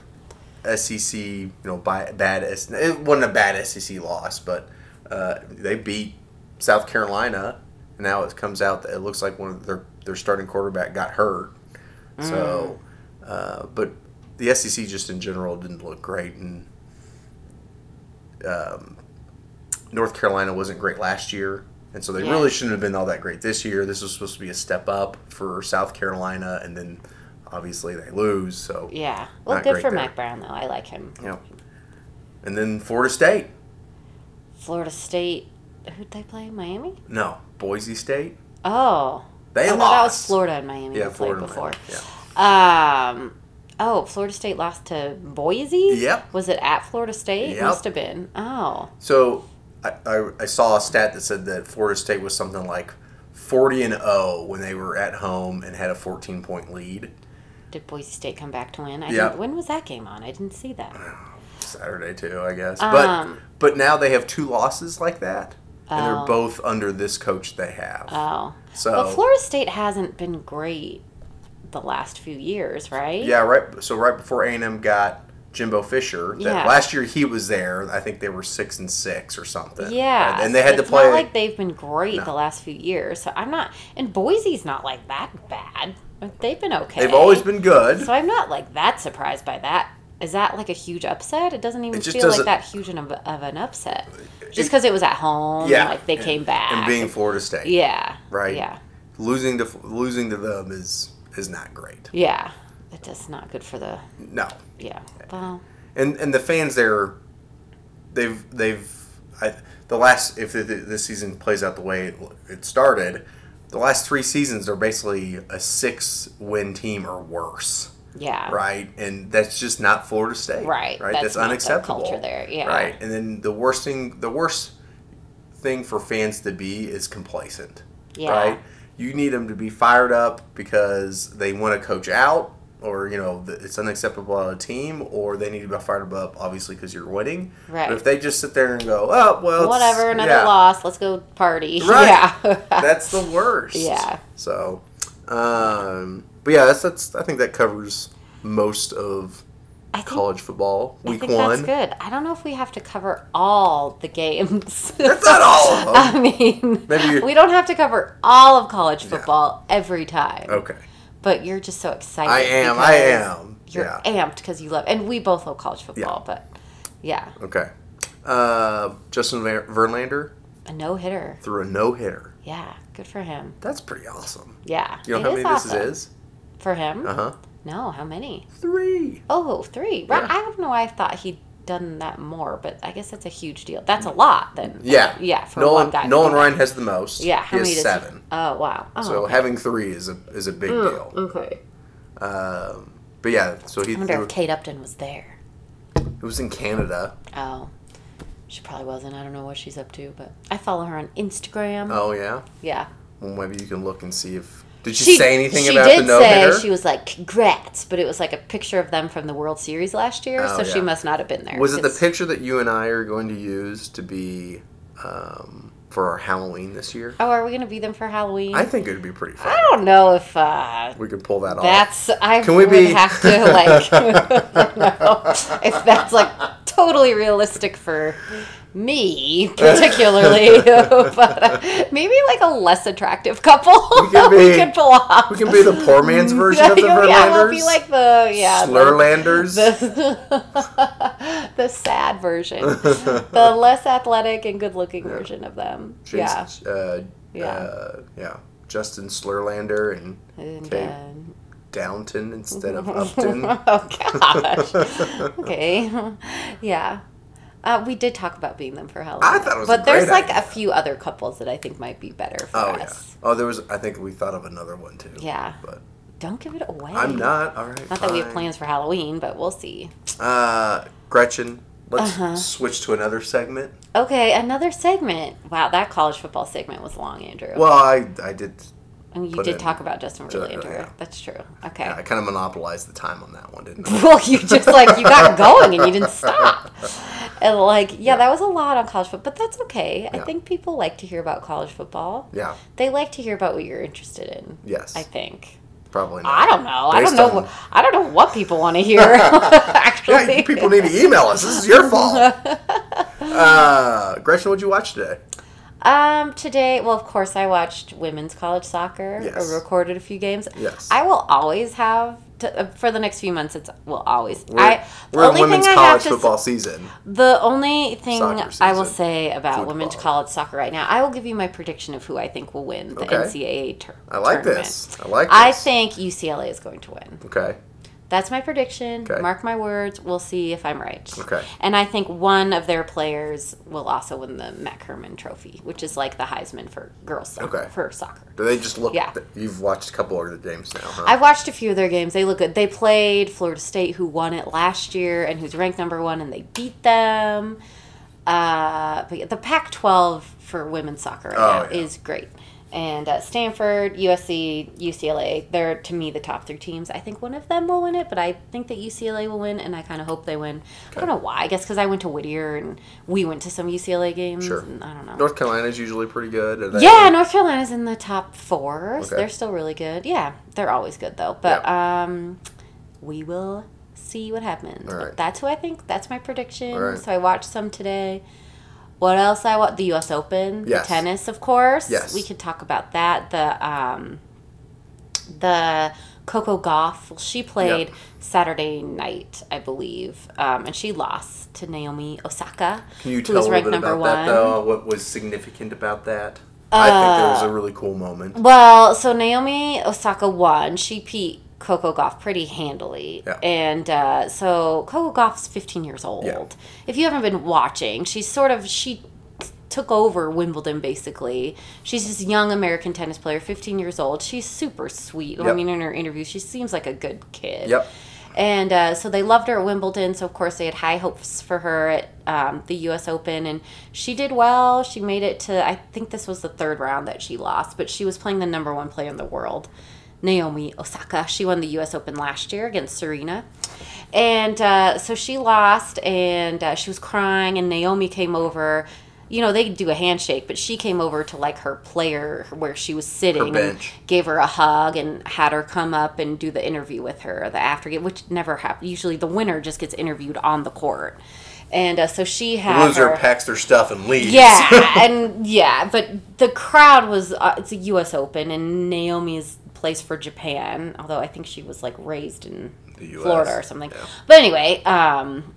SEC, you know, by, bad S- it wasn't a bad SEC loss, but uh, they beat South Carolina. And now it comes out that it looks like one of their their starting quarterback got hurt. So, uh, but the SEC just in general didn't look great, and um, North Carolina wasn't great last year. And so they Yeah. really shouldn't have been all that great this year. This was supposed to be a step up for South Carolina, and then obviously they lose. So yeah. Well, Not good great for there. Mac Brown though. I like him. Yep. And then Florida State. Florida State. Who'd they play? Miami. No, Boise State. Oh, They I thought lost. that was Florida and Miami. Yeah, they Florida played before. Miami, Yeah. Um. Oh, Florida State lost to Boise. Yep. Was it at Florida State? Yep. Must have been. Oh, So I, I, I saw a stat that said that Florida State was something like 40 and 0 when they were at home and had a 14 point lead did Boise State come back to win? I Yeah. didn't, when was that game on? I didn't see that. Saturday too, I guess. Um. but but now they have two losses like that, and Oh. they're both under this coach they have. Oh. so But Florida State hasn't been great the last few years, right? Yeah, right. So right before A and M got Jimbo Fisher, that Yeah. last year he was there. I think they were six and six or something. Yeah. and they had it's to play. Not like they've been great the last few years. So I'm not. And Boise's not like that bad. They've been okay. they've always been good. So I'm not like that surprised by that Is that like a huge upset? It doesn't even It just feel like doesn't- that huge of, of an upset. Just because it was at home, Yeah. like they came back. and being Florida State, yeah. right? Yeah. losing to losing to them is is not great. Yeah. It does not good for the. No, Yeah. Well, and and the fans there, they've they've I, the last if the, the, this season plays out the way it, it started, the last three seasons are basically a six win team or worse, yeah. right? And that's just not Florida State, Right. Right, That's that's, not the unacceptable. culture there, yeah. right. And then the worst thing, the worst thing for fans to be is complacent, Yeah. right? You need them to be fired up because they want to coach out, or you know th- it's unacceptable on a team, or they need to be fired up obviously because you're winning. Right. But if they just sit there and go, oh well, it's- Whatever, another yeah." loss. Let's go party. Right. Yeah. that's the worst. Yeah. So, um, but yeah, that's that's I think that covers most of I think- college football week I think one. That's good. I don't know if we have to cover all the games. That's not all of them. I mean, Maybe you- we don't have to cover all of college football every time. Okay. But you're just so excited. Oh. I am. I because am. You're yeah. amped because you love, and we both love college football. But yeah, Okay. Uh, Justin Ver- Verlander a no hitter. threw a no hitter. Yeah, good for him. That's pretty awesome. Yeah, You know it how many this awesome. is? for him? Uh huh. No, how many? Three. Oh, three. Right. Yeah. I don't know. why I thought he'd done that more, but I guess that's a huge deal. That's a lot. Then. Yeah. Yeah. For Nolan one guy. to Nolan do that. Ryan has the most. Yeah. He How many has does seven. He? Oh wow. Oh, Mm. So having three is a is a big deal. Okay. Um, but yeah, so he I wonder threw, if Kate Upton was there. it was in Canada. Oh. She probably wasn't. I don't know what she's up to, but I follow her on Instagram. Oh yeah. Yeah. Well, maybe you can look and see if did she, say anything she about did the no say hitter? She was like, "Congrats," but it was like a picture of them from the World Series last year, Oh, so she yeah. must not have been there. Was it the 'cause- picture that you and I are going to use to be um, for our Halloween this year? Oh, are we gonna be them for Halloween? I I, think it'd be pretty fun. don't know if uh, We could pull that off. that's. I Can we would be- have to like, you know, if that's like totally realistic for me particularly, but uh, maybe like a less attractive couple We could be- pull off. We can be the poor man's version of the Verlanders. yeah, we'll be like the yeah the- Slurlanders. the, the sad version, the less athletic and good-looking version of them. Yeah, Jason- Uh, Yeah. Uh, yeah. Justin Slurlander and and Okay. uh, Downton instead of Upton. oh gosh. okay. Yeah. Uh, we did talk about being them for Halloween. I thought it was a But there's great like idea. a few other couples that I think might be better for Oh yeah. us. Oh, there was. I think we thought of another one too. Yeah. But Don't give it away. I'm not. All right. Not that we have fine. plans for Halloween, but we'll see. Uh, Gretchen, let's Uh-huh. switch to another segment. Okay, another segment. Wow, that college football segment was long, Andrew. Well, I I did. I mean, you put did in- talk about Justin Ju- Verlander. yeah. That's true. Okay. I kind of monopolized the time on that one, didn't I? well, you just like you got going and you didn't stop. And like, yeah, that was a lot on college football, but that's okay. I Yeah. think people like to hear about college football. Yeah. They like to hear about what you're interested in. Yes. I think. probably not. I don't know. I don't Based know. on- wh- I don't know what people want to hear. actually, Yeah, you people need to email us. This is your fault. Uh, Gretchen, what'd you watch today? Um, today, well, of course, I watched women's college soccer. Yes. Or recorded a few games. Yes. I will always have to, uh, for the next few months. It's will always. We're, I the we're in only thing women's I have college to s- football season. The only thing Soccer I will season. say about Football. women's college soccer right now, I will give you my prediction of who I think will win the Okay. NCAA tur- tournament. I like this. I like this. I think UCLA is going to win. Okay. That's my prediction. Okay. Mark my words. We'll see if I'm right. Okay. And I think one of their players will also win the Matt Herman Trophy, which is like the Heisman for girls soccer. Okay. For soccer. Do they just look? Yeah. You've watched a couple of the games now, huh? I've watched a few of their games. They look good. They played Florida State, who won it last year and who's ranked number one, and they beat them. Uh, but yeah, the Pac-12 for women's soccer right Oh, now yeah. is great, and uh, Stanford, USC, UCLA—they're to me the top three teams. I think one of them will win it, but I think that UCLA will win, and I kind of hope they win. I don't know why. I guess because I went to Whittier and we went to some UCLA games. Sure. And I don't know. North Carolina's usually pretty good. Are they- Yeah, North Carolina's in the top four. So Okay. they're still really good. Yeah, they're always good though. But um, we will see what happens. All But right. That's who I think. That's my prediction. All right. So I watched some today. What else I watched? The U.S. Open, the Yes. tennis, of course. Yes. We could talk about that. The um, the Coco Goff. She played Yep. Saturday night, I believe, um, and she lost to Naomi Osaka, Can you who tell a was little ranked bit number about one. Uh, that though? What was significant about that? I think there was a really cool moment. Well, so Naomi Osaka won. She beat Coco Goff pretty handily. Yeah. And uh, so Coco Goff's 15 years old. Yeah. If you haven't been watching, she's sort of, she took over Wimbledon basically. She's this young American tennis player, 15 years old. She's super sweet. I Yep. mean, in her interview, she seems like a good kid. Yep. And uh, so they loved her at Wimbledon. So, of course, they had high hopes for her at um, the U.S. Open. And she did well. She made it to, I think this was the third round that she lost, but she was playing the number one player in the world, Naomi Osaka. She won the U.S. Open last year against Serena. And uh, so she lost and uh, she was crying. And Naomi came over. You know, they do a handshake, but she came over to like her player where she was sitting. and bench. gave her a hug and had her come up and do the interview with her, the after game, which never happened. Usually the winner just gets interviewed on the court. And uh, so she The had. loser her- packs their stuff and leaves. yeah, and yeah, but the crowd was uh, it's a U.S. Open, and Naomi's place for Japan. Although I think she was like raised in The US, Florida or something. yeah. But anyway, um,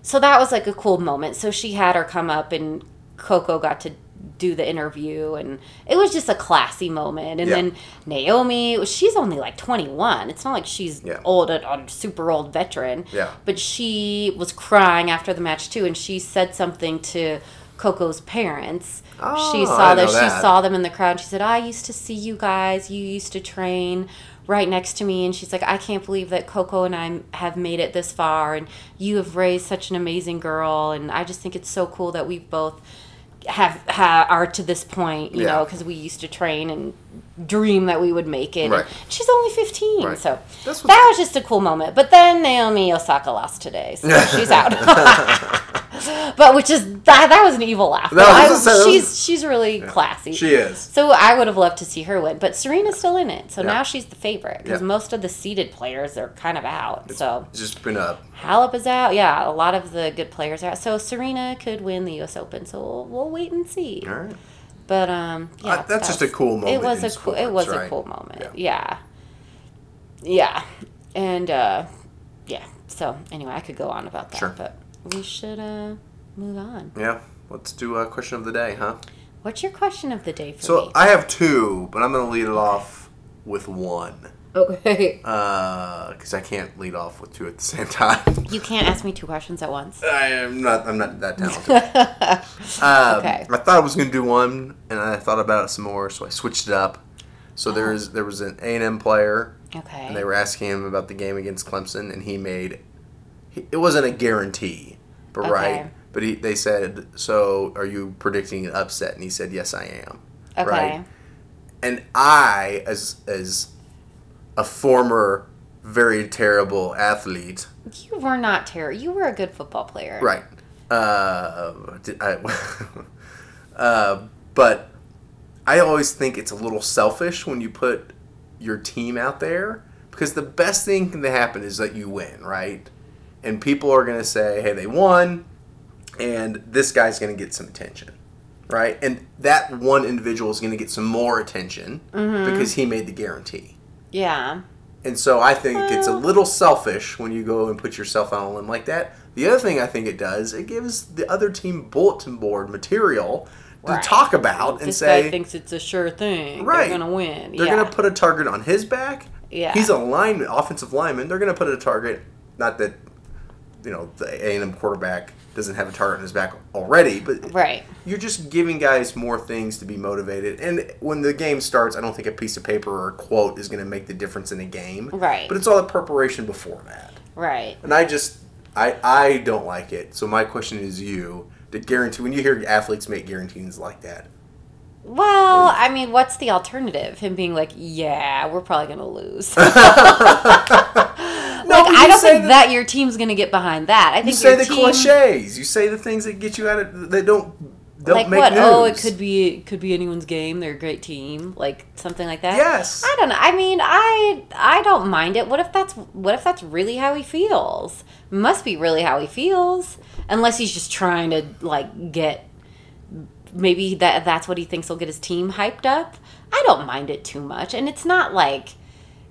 so that was like a cool moment. So she had her come up, and Coco got to do the interview, and it was just a classy moment. And Yeah. then Naomi, she's only like twenty one. It's not like she's Yeah. old, a, a super old veteran. Yeah. But she was crying after the match too, and she said something to Coco's parents. Oh, she saw I that know she that. saw them in the crowd. She said, "I used to see you guys. You used to train right next to me." And she's like, "I can't believe that Coco and I have made it this far, and you have raised such an amazing girl. And I just think it's so cool that we both." Have, ha are to this point, you Yeah. know, because we used to train and dream that we would make it. Right. She's only fifteen, Right. so That's what- that was just a cool moment. But then Naomi Osaka lost today, so she's out. but which is that, that was an evil laugh. No, I- this is- that was- she's she's really classy. She is. So I would have loved to see her win, but Serena's still in it, so Yeah. now she's the favorite because Yeah. most of the seeded players are kind of out. So It's just been up. Halep is out. Yeah, a lot of the good players are out. So Serena could win the U.S. Open. So we'll, we'll wait and see. All right. But um, yeah, Uh, that's just a cool It moment was in a cool. It sports, was a right? cool moment. Yeah. yeah, and uh, yeah. So anyway, I could go on about that, Sure. but we should uh, move on. Yeah. Let's do a question of the day, huh? What's your question of the day for So me? I have two, but I'm going to lead it off with one okay, because I can't lead off with two at the same time. you can't ask me two questions at once. I am not. I'm not that talented. Um, Okay. I thought I was gonna do one, and I thought about it some more, so I switched it up. So Uh-huh. there is there was an A and M player, and they okay. were asking him about the game against Clemson, and he made. He, it wasn't a guarantee, but right. Okay. But he, they said, "So are you predicting an upset?" And he said, "Yes, I am." Okay. Right. And I, as as a former very terrible athlete, You were not terrible. You were a good football player. Right. Uh, did I, uh, but I always think it's a little selfish when you put your team out there because the best thing that happen is that you win, right? And people are going to say, hey, they won, and this guy's going to get some attention, right? And that one individual is going to get some more attention because he made the guarantee. Yeah. And so I think it's a little selfish when you go and put yourself on a limb like that. The other thing I think it does, it gives the other team bulletin board material to Right. talk about and this say guy thinks it's a sure thing. Right. They're gonna win. they're yeah. going to put a target on his back. Yeah. He's a lineman, offensive lineman. They're going to put a target. Not that you know the A and M quarterback doesn't have a target on his back already, but right. you're just giving guys more things to be motivated. And when the game starts, I don't think a piece of paper or a quote is going to make the difference in a game. Right. But it's all the preparation before that. Right. And I just, I, I don't like it. So my question is, you to guarantee when you hear athletes make guarantees like that, Well, I mean, what's the alternative? Him being like, "Yeah, we're probably gonna lose." like, but I you don't say think the- that your team's gonna get behind that. I think you say your the team, cliches, you say the things that get you out of that don't don't like make what? news. Oh, it could be it could be anyone's game. They're a great team, like something like that. Yes. I don't know. I mean, I I don't mind it. What if that's what if that's really how he feels? Must be really how he feels, unless he's just trying to like get. Maybe that that's what he thinks will get his team hyped up. I don't mind it too much, and it's not like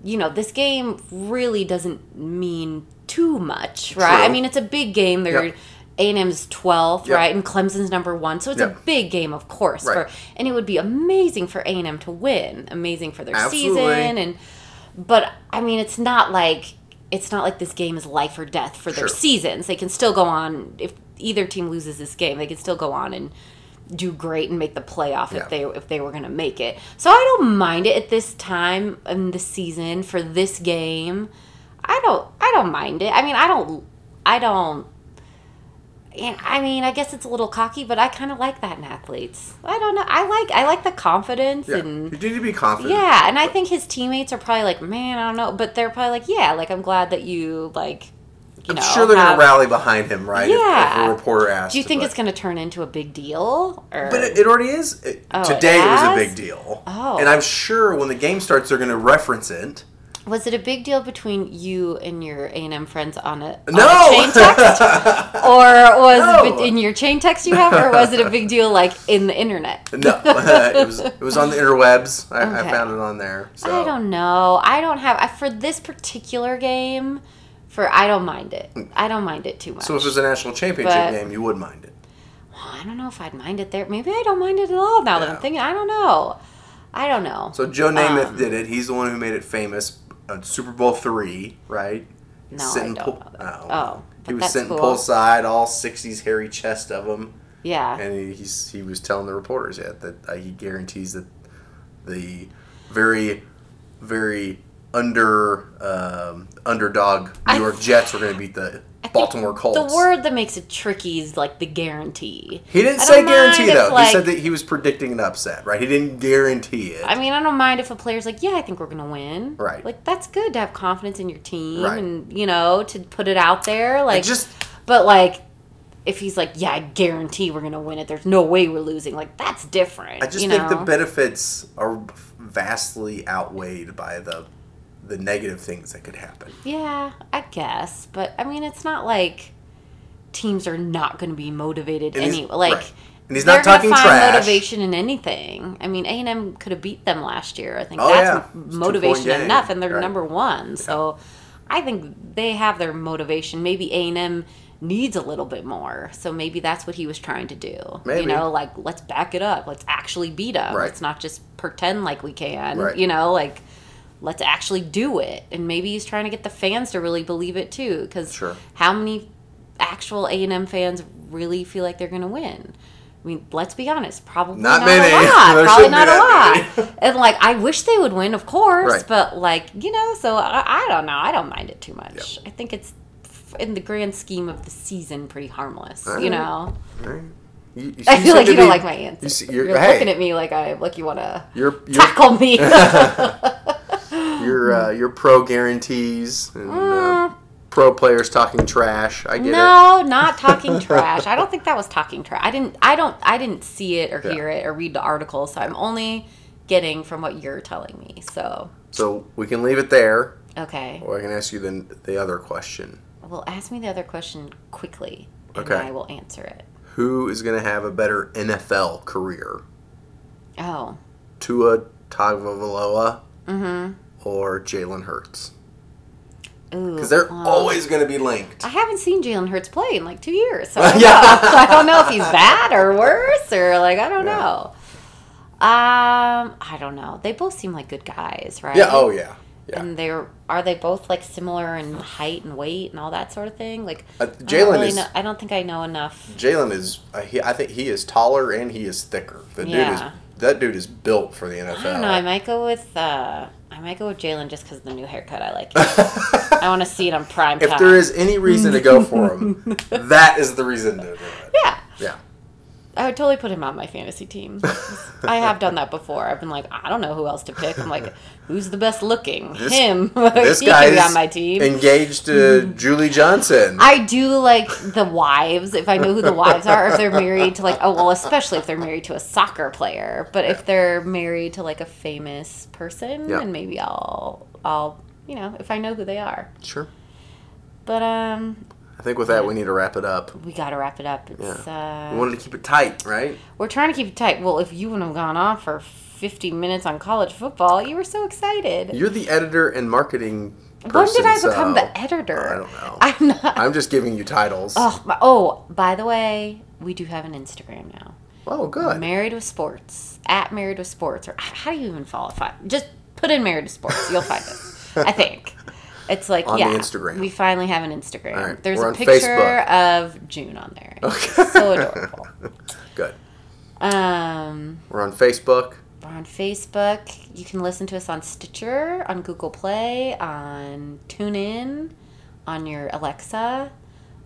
you know, this game really doesn't mean too much, right? True. I mean, it's a big game. They're Yep. A&M's 12th, Yep. right? And Clemson's number 1. So it's Yep. a big game, of course, Right. for and it would be amazing for A&M to win. Amazing for their Absolutely. season and but I mean, it's not like it's not like this game is life or death for their Sure. seasons. They can still go on if either team loses this game, they can still go on and do great and make the playoff Yeah. if they if they were going to make it. So I don't mind it at this time in the season for this game. I don't I don't mind it. I mean, I don't I don't and I mean, I guess it's a little cocky, but I kind of like that in athletes. I don't know. I like I like the confidence Yeah. and You need to be confident. yeah, and I think his teammates are probably like, man, I don't know, but they're probably like, yeah, like I'm glad that you like, you I'm know, sure they're have- gonna rally behind him, right? If- If, Yeah. a reporter asks. Do you think but- it's going to turn into a big deal? Or But it, it already is. It- Oh, it Today it, was a has? big deal. Oh. And I'm sure when the game starts, they're going to reference it. was it a big deal between you and your A and M friends on a, on No! a chain text, or was it No. bet- in your chain text you have, or was it a big deal like in the internet? no, it was it was on the interwebs. I, I Okay. found it on there. So. I don't know. I don't have I, for this particular game. For I don't mind it. I don't mind it too much. So if it was a national championship But- game, you would mind it. I don't know if I'd mind it there. Maybe I don't mind it at all now that Yeah. I'm thinking. I don't know. I don't know. So Joe Namath Um, did it. He's the one who made it famous. Uh, Super Bowl three, right? No, I don't know that. Oh, Oh, he but was that's sitting cool. poolside, all '60s hairy chest of him, yeah. and he he's, he was telling the reporters that that uh, he guarantees that the very very under um, underdog New I- York Jets were going to beat the Baltimore Colts. The word that makes it tricky is like the guarantee. He didn't I say don't mind guarantee if, though. he like- said that he was predicting an upset, right? He didn't guarantee it. I mean, I don't mind if a player's like, "Yeah, I think we're gonna win." Right. Like that's good to have confidence in your team Right. and you know to put it out there. I Like just but like. If he's like, yeah, I guarantee we're gonna win it. There's no way we're losing. Like that's different. I just you think the know? benefits are vastly outweighed by the the negative things that could happen. Yeah, I guess, but I mean, it's not like teams are not going to be motivated And he's- anyway. Like, right. And he's not they're gonna talking find trash. motivation in anything. I mean, A and M could have beat them last year. I think Oh, yeah. that's It's a two-point motivation game, enough, and they're right. number one. So, I think they have their motivation. Maybe A and M needs a little bit more. So maybe that's what he was trying to do. Maybe. You know, like let's back it up. Let's actually beat them. Right. Let's not just pretend like we can. Right. You know, like let's actually do it. And maybe he's trying to get the fans to really believe it too, because Sure. how many actual A and M fans really feel like they're going to win? I mean, let's be honest, probably Not not, many. a lot. There probably shouldn't be not that a lot. and like, I wish they would win, of course, Right. but like, you know, so I, I don't know. I don't mind it too much. I think it's f- in the grand scheme of the season pretty harmless, All right. you know. Right? You, you, I feel seem like to you don't be- like my answer. You see, you're you're, hey, looking at me like I like you want to you're you're, tackle me. you're, uh, you're pro guarantees and uh, Mm. pro players talking trash. I get it. No, not talking trash. I don't think that was talking trash. I didn't. I don't. I didn't see it or Yeah. hear it or read the article. So I'm only getting from what you're telling me. So So we can leave it there, okay. or I can ask you then the other question: Well, ask me the other question quickly, and Okay. I will answer it. Who is going to have a better NFL career, Oh, mm-hmm. Tua Tagovailoa or Jalen Hurts? ooh. Because they're um, always going to be linked. I haven't seen Jalen Hurts play in like two years, so I don't, Yeah. know. So I don't know if he's bad or worse or like I don't Yeah. know. Um, I don't know. They both seem like good guys, right? Yeah. Oh yeah. Yeah. And they're are they both like similar in height and weight and all that sort of thing? Like Uh, I don't Jalen really is- know- I don't think I know enough. Jalen is. Uh, he, I think he is taller and he is thicker. The dude Yeah. is. That dude is built for the NFL. I don't know. I might go with uh, I might go with Jalen just because of the new haircut. I like. it. I want to see it on prime if time. there is any reason to go for him, that is the reason to do it. yeah, Yeah. I would totally put him on my fantasy team. I have done that before. I've been like, I don't know who else to pick. I'm like, who's the best looking? This- Him. This he guy can is be on my team. Mm-hmm. engaged to Julie Johnson. I do like the wives if I know who the wives are, if they're married to like oh well, especially if they're married to a soccer player. But if they're married to like a famous person, Yeah. then maybe I'll I'll you know if I know who they are. sure. But um, I think with that, we need to wrap it up. We got to wrap it up. It's Yeah. uh, We wanted to keep it tight, right? we're trying to keep it tight. Well, if you wouldn't have gone on for 50 minutes on college football, you were so excited. You're the editor and marketing person. When did I become so- the editor? I don't know. I'm not. I'm just giving you titles. Oh, oh, my, oh, by the way, we do have an Instagram now. Oh, good. Married with Sports at Married with Sports, or h- how do you even follow? fi- Just put in Married with Sports, you'll find us. I think it's like On the yeah, Instagram. We finally have an Instagram. All right, There's we're a on picture Facebook. of June on there. Okay. so adorable. Good. Um, We're on Facebook. we're on Facebook. You can listen to us on Stitcher, on Google Play, on TuneIn, on your Alexa.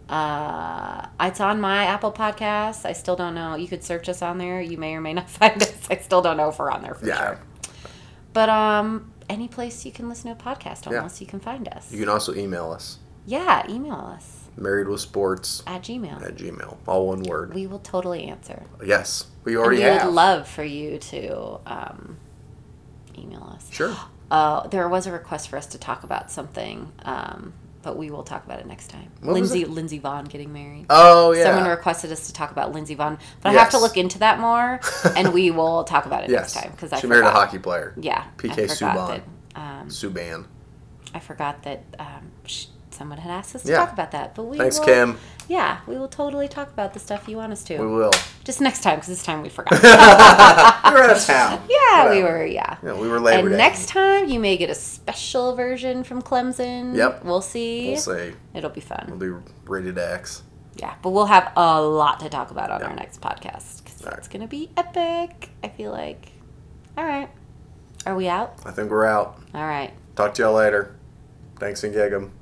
Uh, it's on my Apple Podcasts. I still don't know. You could search us on there. You may or may not find us. I still don't know if we're on there for Yeah. sure. But um, any place you can listen to a podcast, Yeah. almost you can find us. You can also email us. yeah, email us Married with Sports at Gmail. at Gmail. All one word. We will totally answer. Yes. We And already we have. would love for you to um, email us. sure. Uh, there was a request for us to talk about something, um, but we will talk about it next time. What was Lindsay Lindsay Vaughn getting married. Oh yeah. Someone requested us to talk about Lindsay Vaughn, but I have to Yes. look into that more, and we will talk about it yes. next time because I she forgot. married a hockey player. Yeah, PK I forgot Subban. that. Um, Subban. I forgot that um, sh- someone had asked us to Yeah. talk about that, but we Thanks, will, Kim. Yeah, we will totally talk about the stuff you want us to. We will. Just next time, because this time we forgot. we were out of town. yeah, we Whatever. were. Yeah. Yeah, we were Labor and Day. next time you may get a special version from Clemson. Yep. We'll see. we'll say It'll be we'll fun. be rated X. Yeah, but we'll have a lot to talk about on Yeah. our next podcast because All right. that's gonna be epic. I feel like. All right. Are we out? I think we're out. All right. Talk to y'all later. Thanks and gig 'em.